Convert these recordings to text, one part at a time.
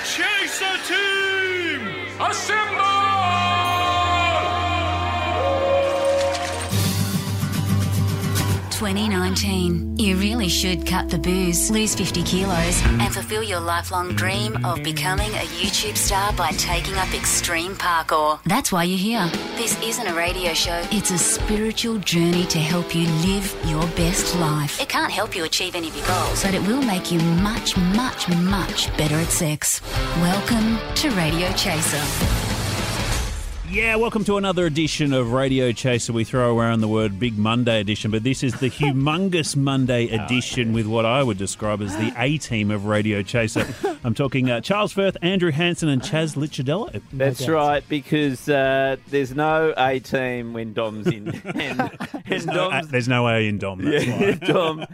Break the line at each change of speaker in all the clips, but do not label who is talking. Laser Team! Assemble!
2019. You really should cut the booze, lose 50 kilos, and fulfill your lifelong dream of becoming a YouTube star by taking up extreme parkour. That's why you're here. This isn't a radio show, it's a spiritual journey to help you live your best life. It can't help you achieve any of your goals, but it will make you much, much, much better at sex. Welcome to Radio Chaser.
Yeah, welcome to another edition of Radio Chaser. We throw around the word Big Monday edition, but this is the humongous Monday
Ah,
edition with what I would describe as the A team of Radio Chaser. I'm talking uh, Charles Firth, Andrew Hanson, and Chaz Lichardello.
That's right, because uh, there's no A team when Dom's in. And, and
Uh,
Dom's,
there's no A in Dom. That's why.
yeah, Dom,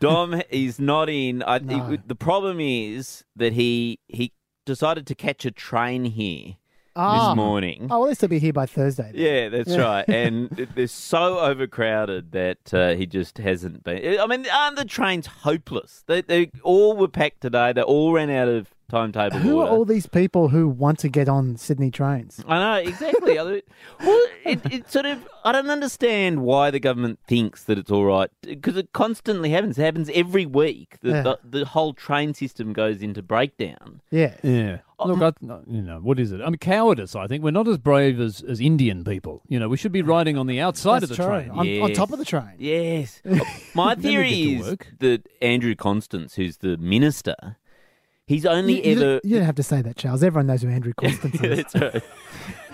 Dom is not in. I, he- the problem is that he he decided to catch a train here
Ah.
this morning.
Oh, well, this will be here by Thursday. then.
Yeah, that's right. And it- they're so overcrowded that uh, he just hasn't been. I mean, aren't the trains hopeless? They, they all were packed today. They all ran out of timetable.
Who are
order.
all these people who want to get on Sydney trains?
I know exactly. I- well, it, it sort of I don't understand why the government thinks that it's all right because it constantly happens. It happens every week. The,
Yeah.
the, the whole train system goes into breakdown.
Yeah.
Yeah. Oh, Look, I, no, you know, what is it? I mean, cowardice, I think. We're not as brave as, as Indian people. You know, we should be riding on the outside of the
That's true.
train.
On, on
Yes.
top of the train.
Yes. My
Then we get
theory
to
is
work.
that Andrew Constance, who's the minister, he's
You,
only
you
ever.
don't, you don't have to say that, Charles. Everyone knows who Andrew Constance
Yeah,
is.
that's right.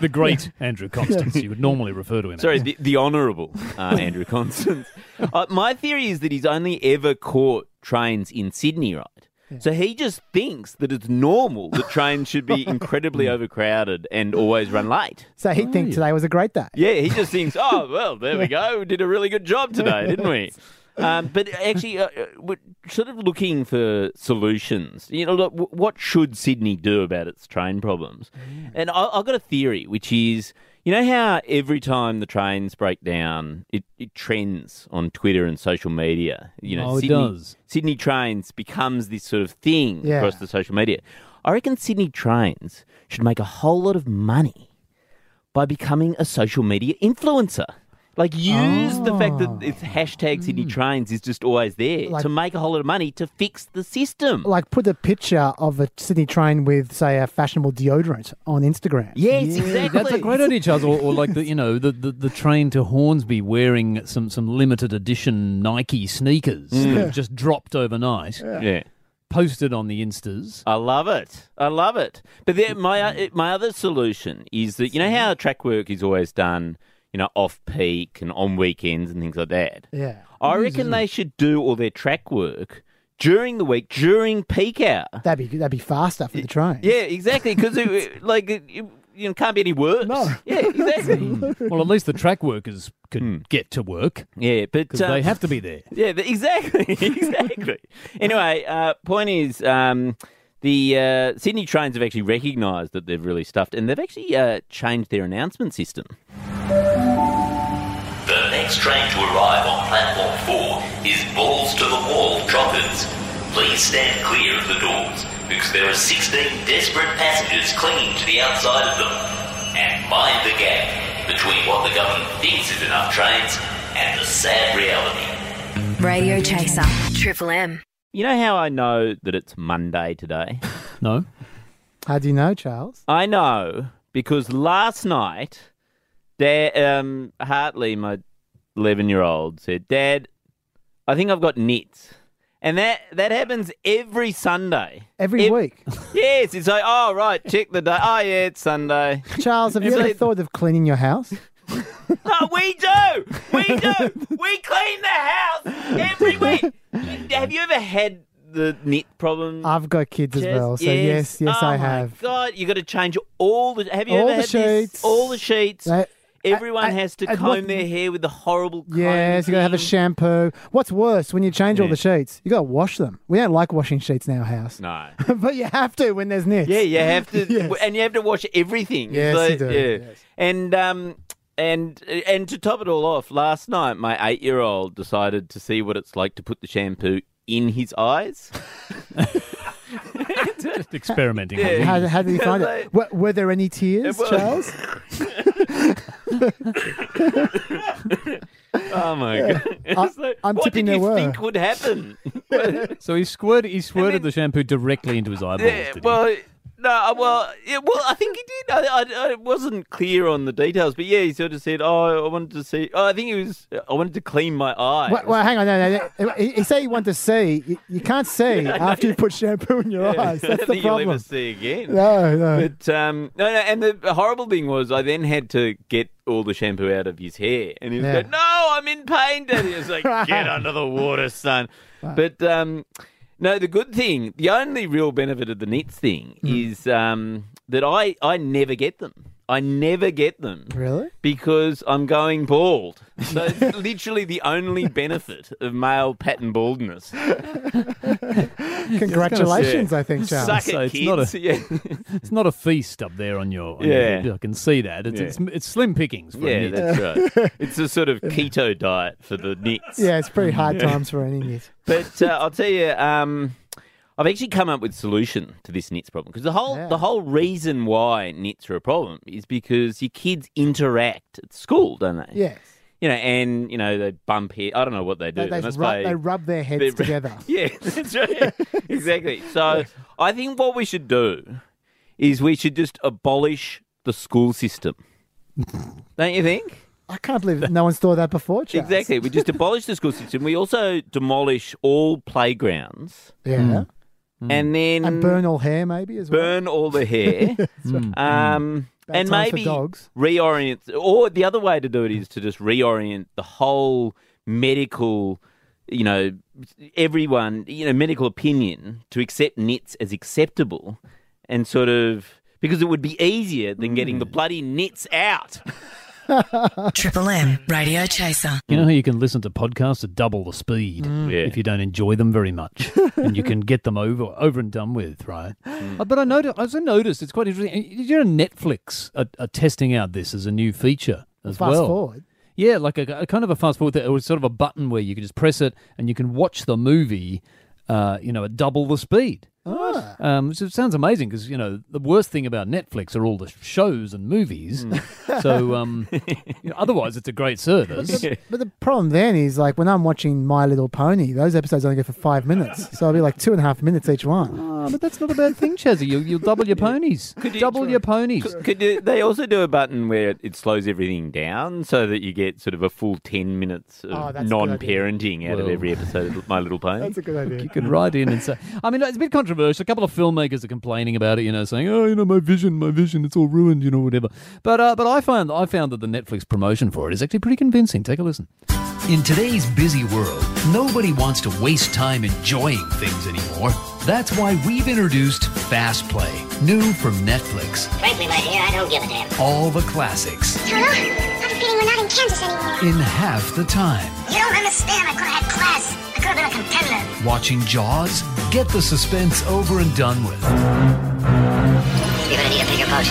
The great Andrew Constance, you would normally refer to him
Sorry,
as.
the, the Honourable uh, Andrew Constance. Uh, my theory is that he's only ever caught trains in Sydney, right? So he just thinks that it's normal that trains should be incredibly overcrowded and always run late.
So he'd think today was a great day.
Oh, Yeah, he just thinks, oh, well, there we go. We did a really good job today, didn't we? Um, but actually, uh, uh, we're sort of looking for solutions. You know, look, wh- what should Sydney do about its train problems? And I, I've got a theory, which is, you know how every time the trains break down, it, it trends on Twitter and social media. You know,
Oh, it
Sydney,
does.
Sydney trains becomes this sort of thing
Yeah.
across the social media. I reckon Sydney trains should make a whole lot of money by becoming a social media influencer. Like use the fact that it's hashtag Sydney Trains is just always there
Like-
to make a whole lot of money to fix the system.
Like put a picture of a Sydney train with, say, a fashionable deodorant on Instagram.
yes,
Yeah,
exactly.
That's a great idea, Charles. Or, or like the you know the, the, the train to Hornsby wearing some, some limited edition Nike sneakers that have just dropped overnight,
Yeah.
posted on the Instas.
I love it. I love it. But then my uh, my other solution is that you know how track work is always done, you know, off peak and on weekends and things like that.
Yeah.
I reckon they should do all their track work during the week, during peak hour.
That'd be that'd be faster for the train.
Yeah, exactly. Because like it, it, you know, can't be any worse.
No.
Yeah, exactly.
Well, at least the track workers could
Hmm.
get to work
yeah, but
because
uh,
they have to be there.
Yeah, but exactly, exactly. anyway, uh, point is, um, the uh, Sydney trains have actually recognised that they've really stuffed, and they've actually uh, changed their announcement system.
The next train to arrive on platform 4 is balls to the wall drop-ins. Please stand clear of the doors because there are 16 desperate passengers clinging to the outside of them. And mind the gap between what the government thinks is enough trains and the sad reality.
Radio Chaser. Triple M.
You know how I know that it's Monday today?
No,
How do you know, Charles?
I know because last night, Dad, um, Hartley, my eleven-year-old, said, "Dad, I think I've got nits," and that that happens every Sunday.
Every
Ev-
week.
Yes, it's like, oh right, check the day. Oh yeah, it's Sunday.
Charles, have you
It's
ever
like-
thought of cleaning your house?
No, "Oh, we do, we do. We clean the house every week. Have you ever had the knit problem?
I've got kids as well, so yes, yes,
oh my
I have.
God, you got to change all the. Have you
All
ever had
the
this?
sheets.
All the sheets.
They-
Everyone
at-
has to
at
comb
what-
their hair with the horrible. comb
Yes, you gotta have a
thing.
shampoo. What's worse when you change all the sheets? You gotta wash them. We don't like washing sheets in our house,
No.
but you have to when there's nits.
Yeah, you have to,
Yes.
and you have to wash everything.
Yes,
So,
you do,
yeah.
yes.
And um, and and to top it all off, last night my eight-year-old decided to see what it's like to put the shampoo in his eyes.
Just experimenting.
Yeah.
How, how did you find
They-
it? Were, were there any
It
tears,
was-
Charles?
Oh my god! It's like,
I'm
what
tipping
did you
there were.
think would happen?
So he squirted, he squirted
then-
the shampoo directly into his eyeballs.
yeah,
did he?
well, no, I- well, yeah, well, I think he did. I, I, I wasn't clear on the details, but yeah, he sort of said, "Oh, I wanted to see." Oh, I think he was. I wanted to clean my eyes.
Well, well, hang on. No, no, no. He, he said he wanted to see. You, you can't see after you put shampoo in your eyes.
I
That's
don't
the
think you'll ever
problem.
see again.
No, no.
But um, no, no, and the horrible thing was, I then had to get all the shampoo out of his hair, and he was
Yeah.
like, "No, I'm in pain." Daddy, I was like, "Get under the water, son." But um, no, the good thing, the only real benefit of the knits thing
Hmm.
is um, that I I never get them. I never get them
Really?
because I'm going bald. So it's literally the only benefit of male pattern baldness.
Congratulations, I think, Charles.
Suck
So
it,
it's not
kids.
a-
Yeah.
It's not a feast up there on your. On
Yeah.
your- I can see that. It's,
Yeah.
it's, it's slim pickings for
Yeah,
a knit.
that's right. It's a sort of keto diet for the knits.
Yeah, it's pretty hard times for any knit.
But uh, I'll tell you, um, I've actually come up with a solution to this knits problem because the whole
Yeah.
the whole reason why knits are a problem is because your kids interact at school, don't they?
Yes.
You know, and you know they bump here. I don't know what they do.
They, they,
must
rub,
play-
they rub their heads
they-
together.
yeah, that's right. exactly. So I think what we should do is we should just abolish the school system. don't you think?
I can't believe no one's thought of that before, Charles.
Exactly. We just abolish the school system. We also demolish all playgrounds
Yeah.
and then
And burn all hair, maybe, as well.
Mm. burn all the hair. um,
Bad
and
times for
maybe
dogs.
reorient. Or the other way to do it is to just reorient the whole medical, you know, everyone, you know, medical opinion to accept knits as acceptable and sort of. Because it would be easier than getting the bloody knits out.
Triple M Radio Chaser.
You know how you can listen to podcasts at double the speed
Yeah.
if you don't enjoy them very much, and you can get them over over and done with, right?
Mm.
Uh, But I noticed, I also noticed it's quite interesting. You know, Netflix are, are testing out this as a new feature as
Fast
well.
forward.
Yeah, like a, a kind of a fast forward. It was sort of a button where you can just press it and you can watch the movie, uh, you know, at double the speed.
Ah.
Um, so it sounds amazing because you know the worst thing about Netflix are all the shows and movies. so um, you know, otherwise, it's a great service.
But the problem then is, like, when I'm watching My Little Pony, those episodes only go for five minutes. So it'll be like two and a half minutes each one.
Ah, but that's not a bad thing, Chazzy. You, you'll double your ponies. double your ponies.
Could you, they also do a button where it slows everything down so that you get sort of a full 10 minutes of
Oh, that's a good idea.
non-parenting out of
Well.
every episode of My Little Pony?
That's a good idea.
You can write in and say, I mean, it's a bit controversial. A couple of filmmakers are complaining about it, you know, saying, "Oh, you know, my vision, my vision, it's all ruined," you know, whatever. But uh, but I found I found that the Netflix promotion for it is actually pretty convincing. Take a listen.
In today's busy world, nobody wants to waste time enjoying things anymore. That's why we've introduced Fast Play, new from Netflix.
Frankly, my dear, I don't give a damn.
All the classics
Come on. I have a feeling we're not in Kansas anymore.
in half the time.
You don't understand. I could have had class. I could have been a contender.
Watching Jaws? Get the suspense over and done with.
You're gonna need a bigger boat.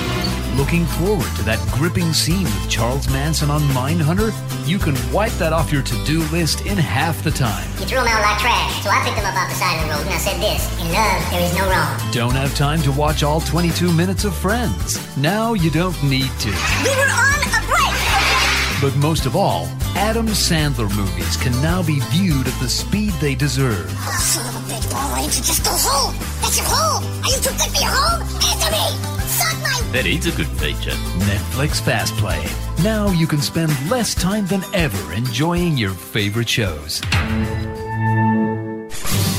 Looking forward to that gripping scene with Charles Manson on Mindhunter? You can wipe that off your to-do list in half the time.
You threw them out like trash, so I picked them up off the side of the road and I said this. In love, there is no wrong.
Don't have time to watch all 22 minutes of Friends. Now you don't need to.
We were on a break, okay?
But most of all, Adam Sandler movies can now be viewed at the speed they deserve.
Oh, son of a bitch, Paul, why don't you just go home? That's your home. Are you too good for your home? Answer me. Suck my...
That is a good feature.
Netflix Fast Play. Now you can spend less time than ever enjoying your favorite shows.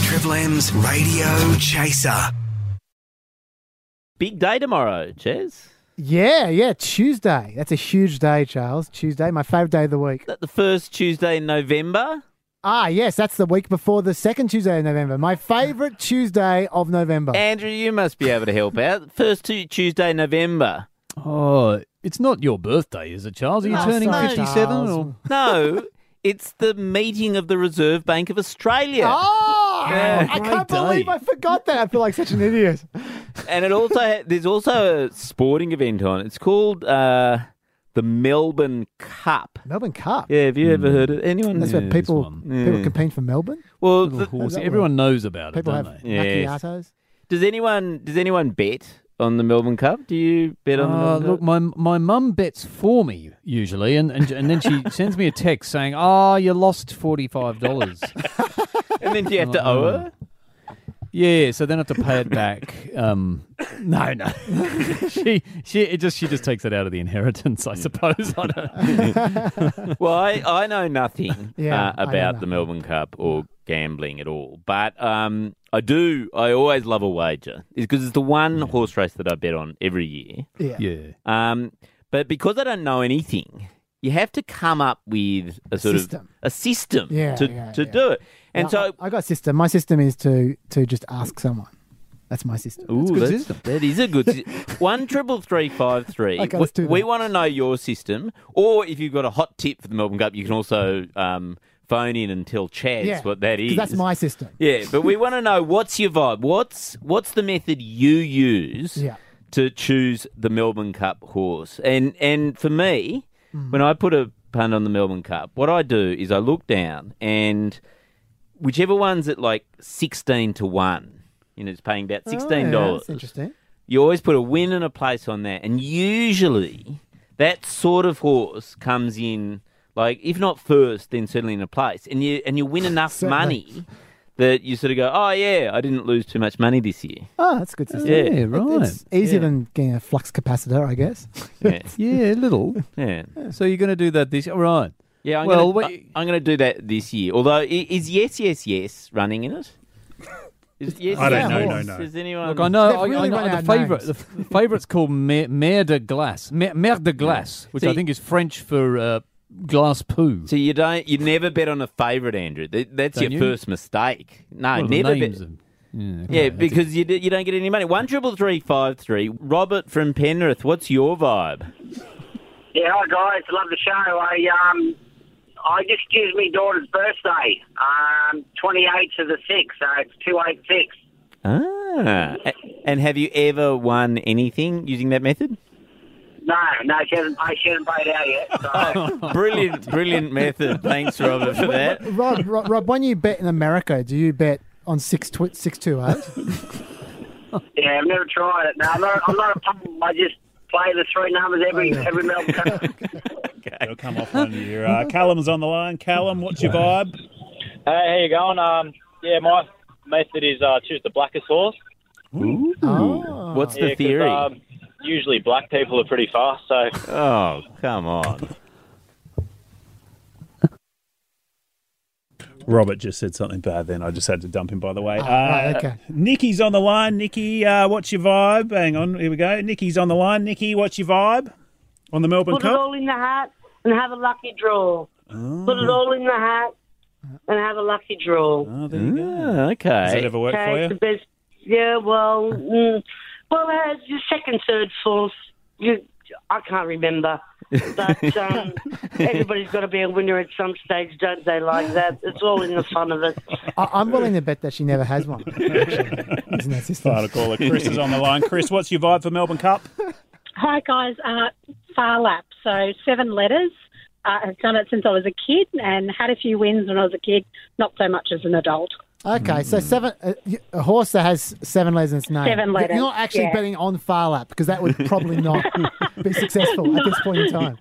Triple M's Radio Chaser.
Big day tomorrow, Chaz.
Yeah, yeah, Tuesday. That's a huge day, Charles. Tuesday, my favourite day of the week.
That the first Tuesday in November.
Ah, yes, that's the week before the second Tuesday of November. My favourite Tuesday of November.
Andrew, you must be able to help out. First tu- Tuesday in November.
Oh, it's not your birthday, is it, Charles? Are you
Oh,
turning
sorry,
57?
Charles.
Or?
No, it's the meeting of the Reserve Bank of Australia,
Oh,
Yeah,
I
great
can't believe
day.
I forgot that. I feel like such an idiot.
and it also ha- there's also a sporting event on. It's called uh, the Melbourne Cup.
Melbourne Cup.
Yeah, have you ever heard of anyone?
Mm. That's
Yeah,
where
this
people
one.
people compete for Melbourne.
Well,
Little
the,
horse.
that
Everyone knows about it,
People
don't
have
they?
Yes.
macchiatos.
Does anyone does anyone bet on the Melbourne Cup? Do you bet on the
Uh,
Melbourne
look,
Cup?
my my mum bets for me usually, and and, and then she sends me a text saying, "Ah, you lost forty five dollars."
And then do you have to owe her?
Yeah, so then I have to pay it back. Um, no, no, she she it just she just takes it out of the inheritance, I suppose. I don't.
well, I, I know nothing
Yeah,
uh,
I know
about the Melbourne Cup or gambling at all, but um, I do. I always love a wager because it's the one horse race that I bet on every year.
Yeah. Yeah.
Um, but because I don't know anything, you have to come up with a sort
system.
of a system
Yeah,
to
yeah,
to do it. And
Now,
so
I, I got a system. My system is to to just ask someone. That's my system.
Ooh,
a good
that's-
system.
That is a good system. One triple three five three.
Okay,
we
let's do
we want to know your system, or if you've got a hot tip for the Melbourne Cup, you can also um, phone in and tell Chaz
Yeah,
what that
'cause
is.
That's my system.
yeah, but we want to know what's your vibe. What's what's the method you use
Yeah.
to choose the Melbourne Cup horse? And and for me,
Hmm.
when I put a punt on the Melbourne Cup, what I do is I look down and whichever one's at like sixteen to one, you know, it's paying about
Oh, yeah,
sixteen dollars.
that's interesting.
You always put a win and a place on that, and usually that sort of horse comes in like if not first, then certainly in a place, and you and you win enough
Certainly.
money that you sort of go, oh yeah, I didn't lose too much money this year.
Oh, that's a good system.
Yeah, Yeah,
right.
It's easier
Yeah.
than getting a flux capacitor, I guess.
Yeah,
yeah, little.
Yeah.
So you're going to do that this all right?
Yeah, I'm
well,
gonna,
what-
I- I'm going to do that this year. Although i- is yes, yes, yes running in it? Is yes,
I
yes,
don't know, no,
yes?
no.
Is anyone?
Look, I know, I, I
Um, really run
know
out
the favorite. The, f- the favorite's called Mer, Mer de Glace, Mer, Mer de Glace, which I
See-
think is French for uh, glass poo.
So you don't, you never bet on a favourite, Andrew. That, that's
Don't
your
you?
first mistake. No,
Well, the
never
names
bet.
of- yeah,
Yeah,
okay.
because you, d- you don't get any money. One triple three five three. Robert from Penrith, what's your vibe?
Yeah, hi guys, love the show. I um, I just used my daughter's birthday, um, twenty eighth of the sixth, so it's two eight six.
Ah, a- and have you ever won anything using that method?
No, no, she hasn't paid, she hasn't paid out yet. So.
Brilliant, brilliant method. Thanks, Robert, for that.
Rob, Rob, Rob, when you bet in America, do you bet on six tw- six two eight?
yeah, I've never tried it. No, I'm not. I'm not a pump. I just play the three numbers every every Melbourne Cup.
It'll come off one year. Uh, Callum's on the line. Callum, what's your vibe?
Hey, how you going? Um, yeah, my method is uh, choose the blackest horse.
Ooh. What's
Yeah,
the
'cause,
theory?
um, usually, black people are pretty fast, so
Oh, come on.
Robert just said something bad then. I just had to dump him, by the way. Uh,
right, okay.
Nikki's on the line. Nikki, uh, what's your vibe? Hang on. Here we go. Nikki's on the line. Nikki, what's your vibe on the Melbourne
Put it
Cup?
all in the hat and have a lucky draw.
Oh.
Put it all in the hat and have a lucky draw.
Oh, there you
go. Ah, Okay. Does
that ever work
Okay,
for you?
it's The best. Yeah, well, mm, well, uh, your second, third, fourth, you, I can't remember. But um, everybody's got to be a winner at some stage, don't they? Like that. It's all in the fun of it.
I, I'm willing to bet that she never has one. Isn't that system?
Final caller. Chris is on the line. Chris, what's your vibe for Melbourne Cup?
Hi guys, uh, Farlap. So seven letters. Uh, I've done it since I was a kid and had a few wins when I was a kid. Not so much as an adult.
Okay,
Hmm.
so seven a, a horse that has seven letters in its name.
Seven letters,
You're not actually
yeah.
betting on Farlap because that would probably not be successful at this point in time.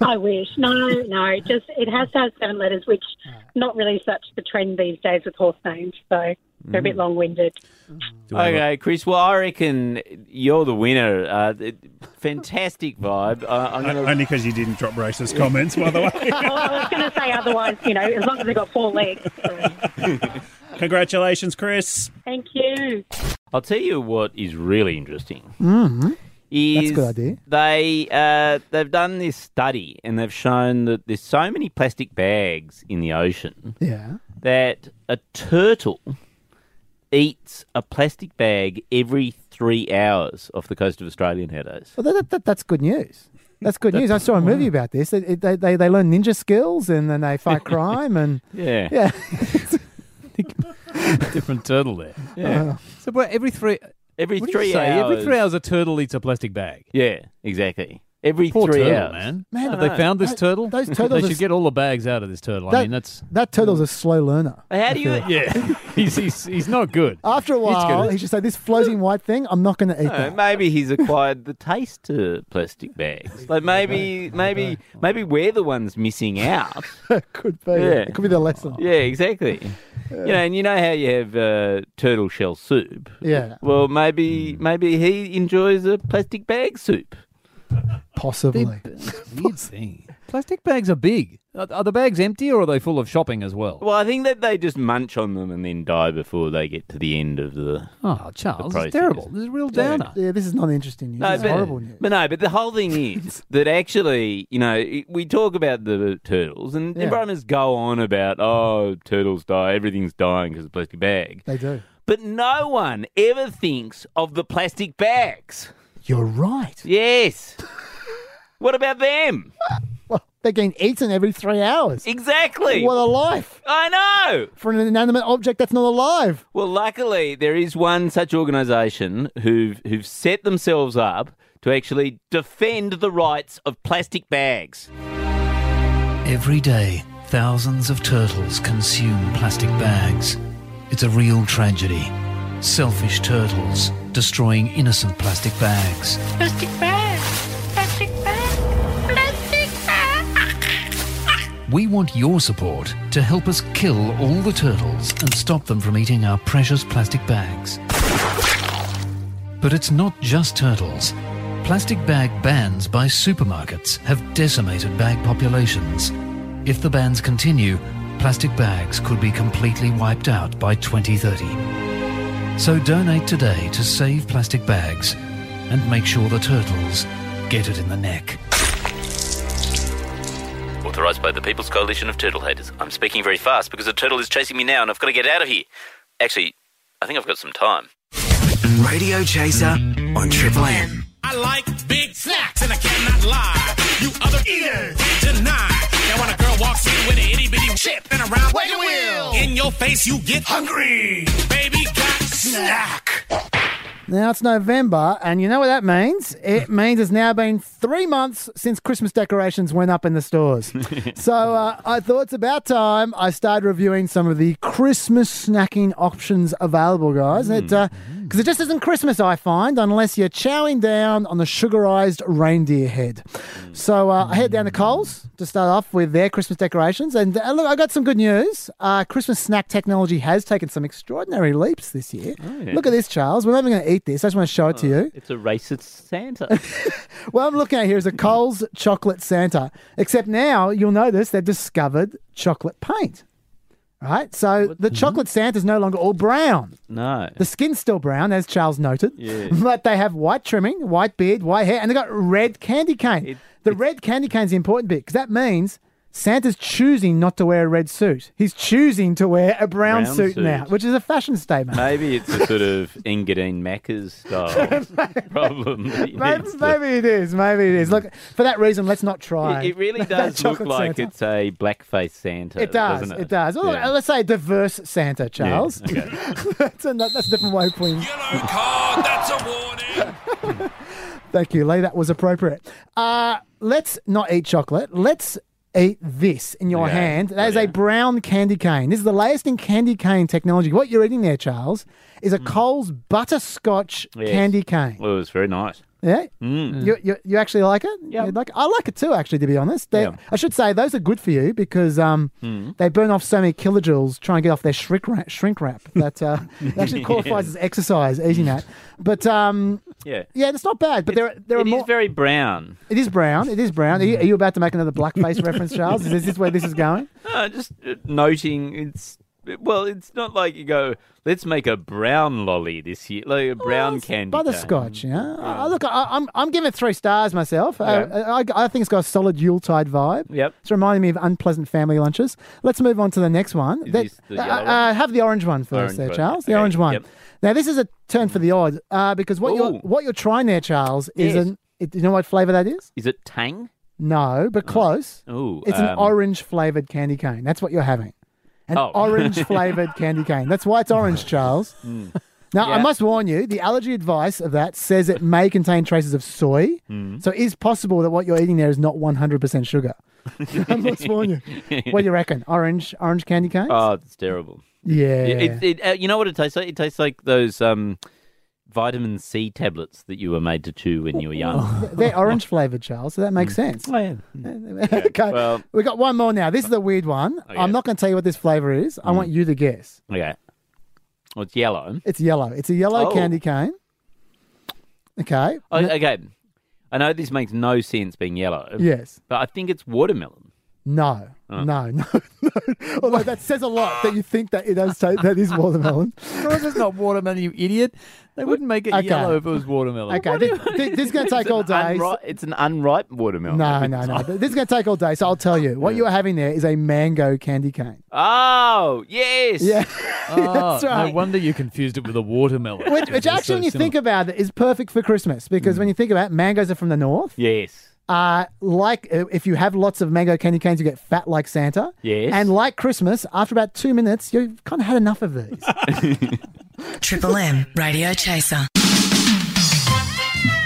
I wish. No, no. Just it has to have seven letters, which not really such the trend these days with horse names. So they're a
Mm.
bit long-winded.
Okay, Chris. Well, I reckon you're the winner. Uh, it- fantastic vibe. Uh, I'm gonna...
Only because you didn't drop racist comments, by the way.
oh, I was going to say otherwise. You know, as long as they've got four legs.
Congratulations, Chris.
Thank you.
I'll tell you what is really interesting.
Mm-hmm. That's
Is
a good idea.
They uh, they've done this study and they've shown that there's so many plastic bags in the ocean
Yeah.
that a turtle eats a plastic bag every three hours off the coast of Australia nowadays.
Well, that, that, that, that's good news. That's good news. I saw a movie about this. They, they, they, they learn ninja skills and then they fight crime and
Yeah.
yeah.
Different turtle there.
uh,
Yeah.
So but every three
every
what do you
three
say?
hours.
every three hours a turtle eats a plastic bag.
Yeah, exactly. Every
Poor
three
turtle,
hours.
man.
Man,
Have
I
they
know.
found this
Those-
turtle?
those turtles
They
are
should
s-
get all the bags out of this turtle. I
That-
mean, that's
That turtle's a slow learner.
How
do you? Yeah, he's, he's he's not good.
After a
He's gonna-
while, he should say, "This floating white thing, I'm not going to eat
No,
that."
maybe he's acquired the taste to plastic bags. Like maybe, maybe, maybe we're the ones missing out.
could be.
Yeah.
It could be the lesson.
Yeah, exactly. You know, and you know how you have uh, turtle shell soup.
Yeah.
Well, maybe, maybe he enjoys a plastic bag soup.
Possibly.
Weird thing. Plastic bags are big. Are, are the bags empty or are they full of shopping as well?
Well, I think that they just munch on them and then die before they get to the end of the.
Oh, Charles, it's terrible. This is real downer.
Yeah, this is not interesting news.
No,
This is
but,
horrible news.
but no, but the whole thing is that actually, you know, it- we talk about the turtles, and
Yeah.
environments go on about oh, turtles die, everything's dying because of plastic bag.
They do.
But no one ever thinks of the plastic bags.
You're right.
Yes. what about them?
Well, they're getting eaten every three hours.
Exactly.
What a life
I know.
for an inanimate object that's not alive.
Well, luckily there is one such organisation who've who've set themselves up to actually defend the rights of plastic bags.
Every day, thousands of turtles consume plastic bags. It's a real tragedy. Selfish turtles destroying innocent plastic bags.
Plastic bag. Plastic bag. Plastic bag.
We want your support to help us kill all the turtles and stop them from eating our precious plastic bags. But it's not just turtles. Plastic bag bans by supermarkets have decimated bag populations. If the bans continue, plastic bags could be completely wiped out by 2030. So donate today to save plastic bags and make sure the turtles get it in the neck.
Authorised by the People's Coalition of Turtle Haters. I'm speaking very fast because a turtle is chasing me now and I've got to get out of here. Actually, I think I've got some time.
Radio Chaser on Triple M.
I like big snacks, and I cannot lie. You other eaters deny that when a girl walks in with an itty bitty chip and around wagon wheel, in your face you get hungry. Baby got snack.
Now it's November, and you know what that means? It means it's now been three months since Christmas decorations went up in the stores. so uh, I thought it's about time I started reviewing some of the Christmas snacking options available, guys. Because it, uh 'cause it just isn't Christmas, I find, unless you're chowing down on the sugarized reindeer head. So uh, I head down to Coles to start off with their Christmas decorations. And uh, look, I got some good news. Uh, Christmas snack technology has taken some extraordinary leaps this year.
yeah.
Look at this, Charles. We're not even going to eat this. I just want to show it to you.
It's a racist Santa.
What I'm looking at here is a Coles chocolate Santa, except now you'll notice they've discovered chocolate paint. Right? So
Mm-hmm.
the chocolate Santa's no longer all brown.
no.
The skin's still brown, as Charles noted.
Yeah.
But they have white trimming, white beard, white hair, and they got red candy cane. the red candy cane's the important bit because that means Santa's choosing not to wear a red suit. He's choosing to wear a brown,
Brown
suit,
suit.
now, which is a fashion statement.
Maybe it's a sort of Engadine Macca's style problem. that he
Maybe,
needs to-
maybe it is. Maybe it is. Look, for that reason, let's not try.
Mm. It, it really
that
does look
chocolate
like
Santa.
it's a blackface Santa.
It does.
doesn't
It? does. Oh, Well,
Yeah.
Let's say diverse Santa,
Yeah,
Charles.
okay.
that's, a, that's a different way of putting.
Yellow card, that's a warning.
Thank you, Lee. That was appropriate. Uh, let's not eat chocolate. Let's eat this in your
Okay.
hand. That is a brown candy cane. This is the latest in candy cane technology. What you're eating there, Charles, is a Coles butterscotch
Mm. Yes.
candy cane.
Well, it was very nice.
Yeah.
Mm.
You, you, you actually like it? Yeah. Like, I like it too, actually, to be honest. They,
Yeah.
I should say those are good for you because um,
Mm.
they burn off so many kilojoules trying to get off their shrink wrap, shrink wrap that uh, it actually
Yeah.
qualifies as exercise, eating that. But um,
Yeah.
yeah, it's not bad. But there, are- there are
It
more.
is very brown.
It is brown. It is brown. Are you, are you about to make another blackface reference, Charles? Is this where this is going?
No, just uh, noting it's. Well, it's not like you go. Let's make a brown lolly this year, like
Oh,
a brown candy. cane."
Oh, Butterscotch, yeah. Uh, look, I, I'm I'm giving it three stars myself. Uh,
Mm. Yeah.
I, I think it's got a solid Yuletide vibe.
Yep.
It's reminding me of unpleasant family lunches. Let's move on to the next one. That-
this the
uh,
yellow one?
uh, have the orange one first,
Orange
there,
one.
Charles. The
Okay,
orange one.
yep.
Now this is a turn for the odd uh, because what you're
Ooh.
what you're trying there, Charles, is
Yes.
an it, you know what flavour that is?
Is it tang?
No, but close.
Oh. Ooh,
it's an
um,
orange flavoured candy cane. That's what you're having. An
Oh. Hmm.
orange flavoured candy cane. That's why it's orange, Charles. Now, I
Yeah.
must warn you, the allergy advice of that says it may contain traces of soy.
Hmm.
Mm.
So it is possible that what you're eating there is not 100% sugar.
I
must warn you. What do you reckon? Orange orange candy cane?
Oh, it's terrible.
Yeah.
It, it, uh, you know what it tastes like? It tastes like those um, vitamin C tablets that you were made to chew when you were young.
They're orange flavored, Charles, so that makes sense. okay.
Hmm. Well, Oh,
we got one more now. This is the weird one. I'm not going to tell you what this flavor is.
Hmm.
I want you to guess.
okay. Well, it's yellow.
It's yellow. It's a yellow
Oh.
candy cane. Okay.
Oh, okay. I know this makes no sense being yellow.
Yes.
But I think it's watermelon.
No.
Oh.
No, no, no. Although that says a lot that you think that it does taste that is watermelon.
course it's not watermelon, you idiot. They wouldn't make it
Okay.
yellow if it was watermelon.
Okay, thi- thi- this is going to take all day. so-
it's an unripe watermelon.
No, no, no. This is going to take all day, so I'll tell you. What you are having there is a mango candy cane.
Oh, yes.
Yeah.
Oh,
That's right.
No wonder you confused it with a watermelon.
Which,
Because
which
they're
actually,
so
when you
similar. Mm.
think about it, is perfect for Christmas because when you think about it, mangoes are from the north.
Yes.
Uh, like uh, if you have lots of mango candy canes, you get fat like Santa.
Yes.
And like Christmas, after about two minutes, you've kind of had enough of these.
Triple M Radio Chaser.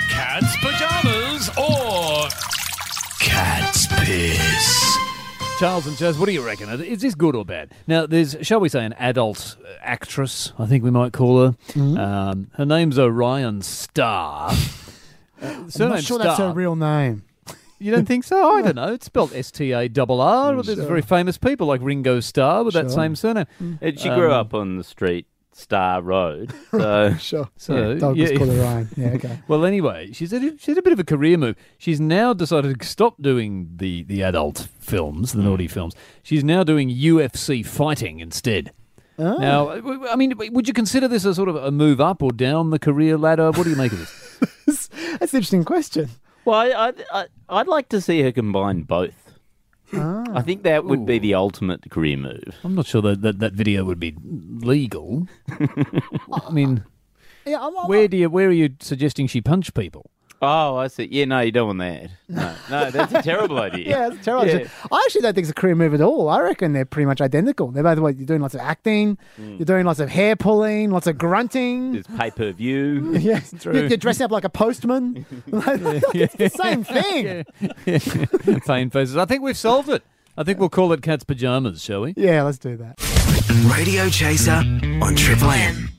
Cat's pajamas or cat's piss.
Charles and Chaz, what do you reckon? Is this good or bad? Now, there's, shall we say, an adult uh, actress, I think we might call her.
Mm-hmm.
Um, her name's Orion Starr. Uh,
I'm
surname
not sure that's her
Starr.
real name.
You don't think so? I don't know. It's spelled S T A double R. There's
Mm, sure.
very famous people like Ringo Starr with that
Sure.
same surname.
And she grew
Um,
up on the street, Star Road. So,
sure.
So,
yeah, dog was
yeah.
called Orion. Yeah, okay.
Well, anyway, she's a, she's a bit of a career move. She's now decided to stop doing the, the adult films,
Mm.
the naughty films. She's now doing UFC fighting instead.
Oh.
Now, w- w- I mean, w- would you consider this a sort of a move up or down the career ladder? What do you make of this?
That's an interesting question.
well, I, I, I, I'd like to see her combine both.
Ah.
I think that would be the ultimate career move.
I'm not sure that that, that video would be legal. I mean,
yeah, I'm, I'm,
where do you where are you suggesting she punch people?
Oh, I see. Yeah, no, you don't want that. No, no that's a terrible idea.
Yeah, it's terrible.
Yeah.
I actually don't think it's a career move at all. I reckon they're pretty much identical. They're both like, you're doing lots of acting, you're doing lots of hair pulling, lots of grunting.
It's pay per view.
Yes, You're, you're dressing up like a postman. Like, It's the same thing. Yeah.
Pain faces. I think we've solved it. I think we'll call it cat's pajamas, shall we?
let's do that.
Radio Chaser on Triple M.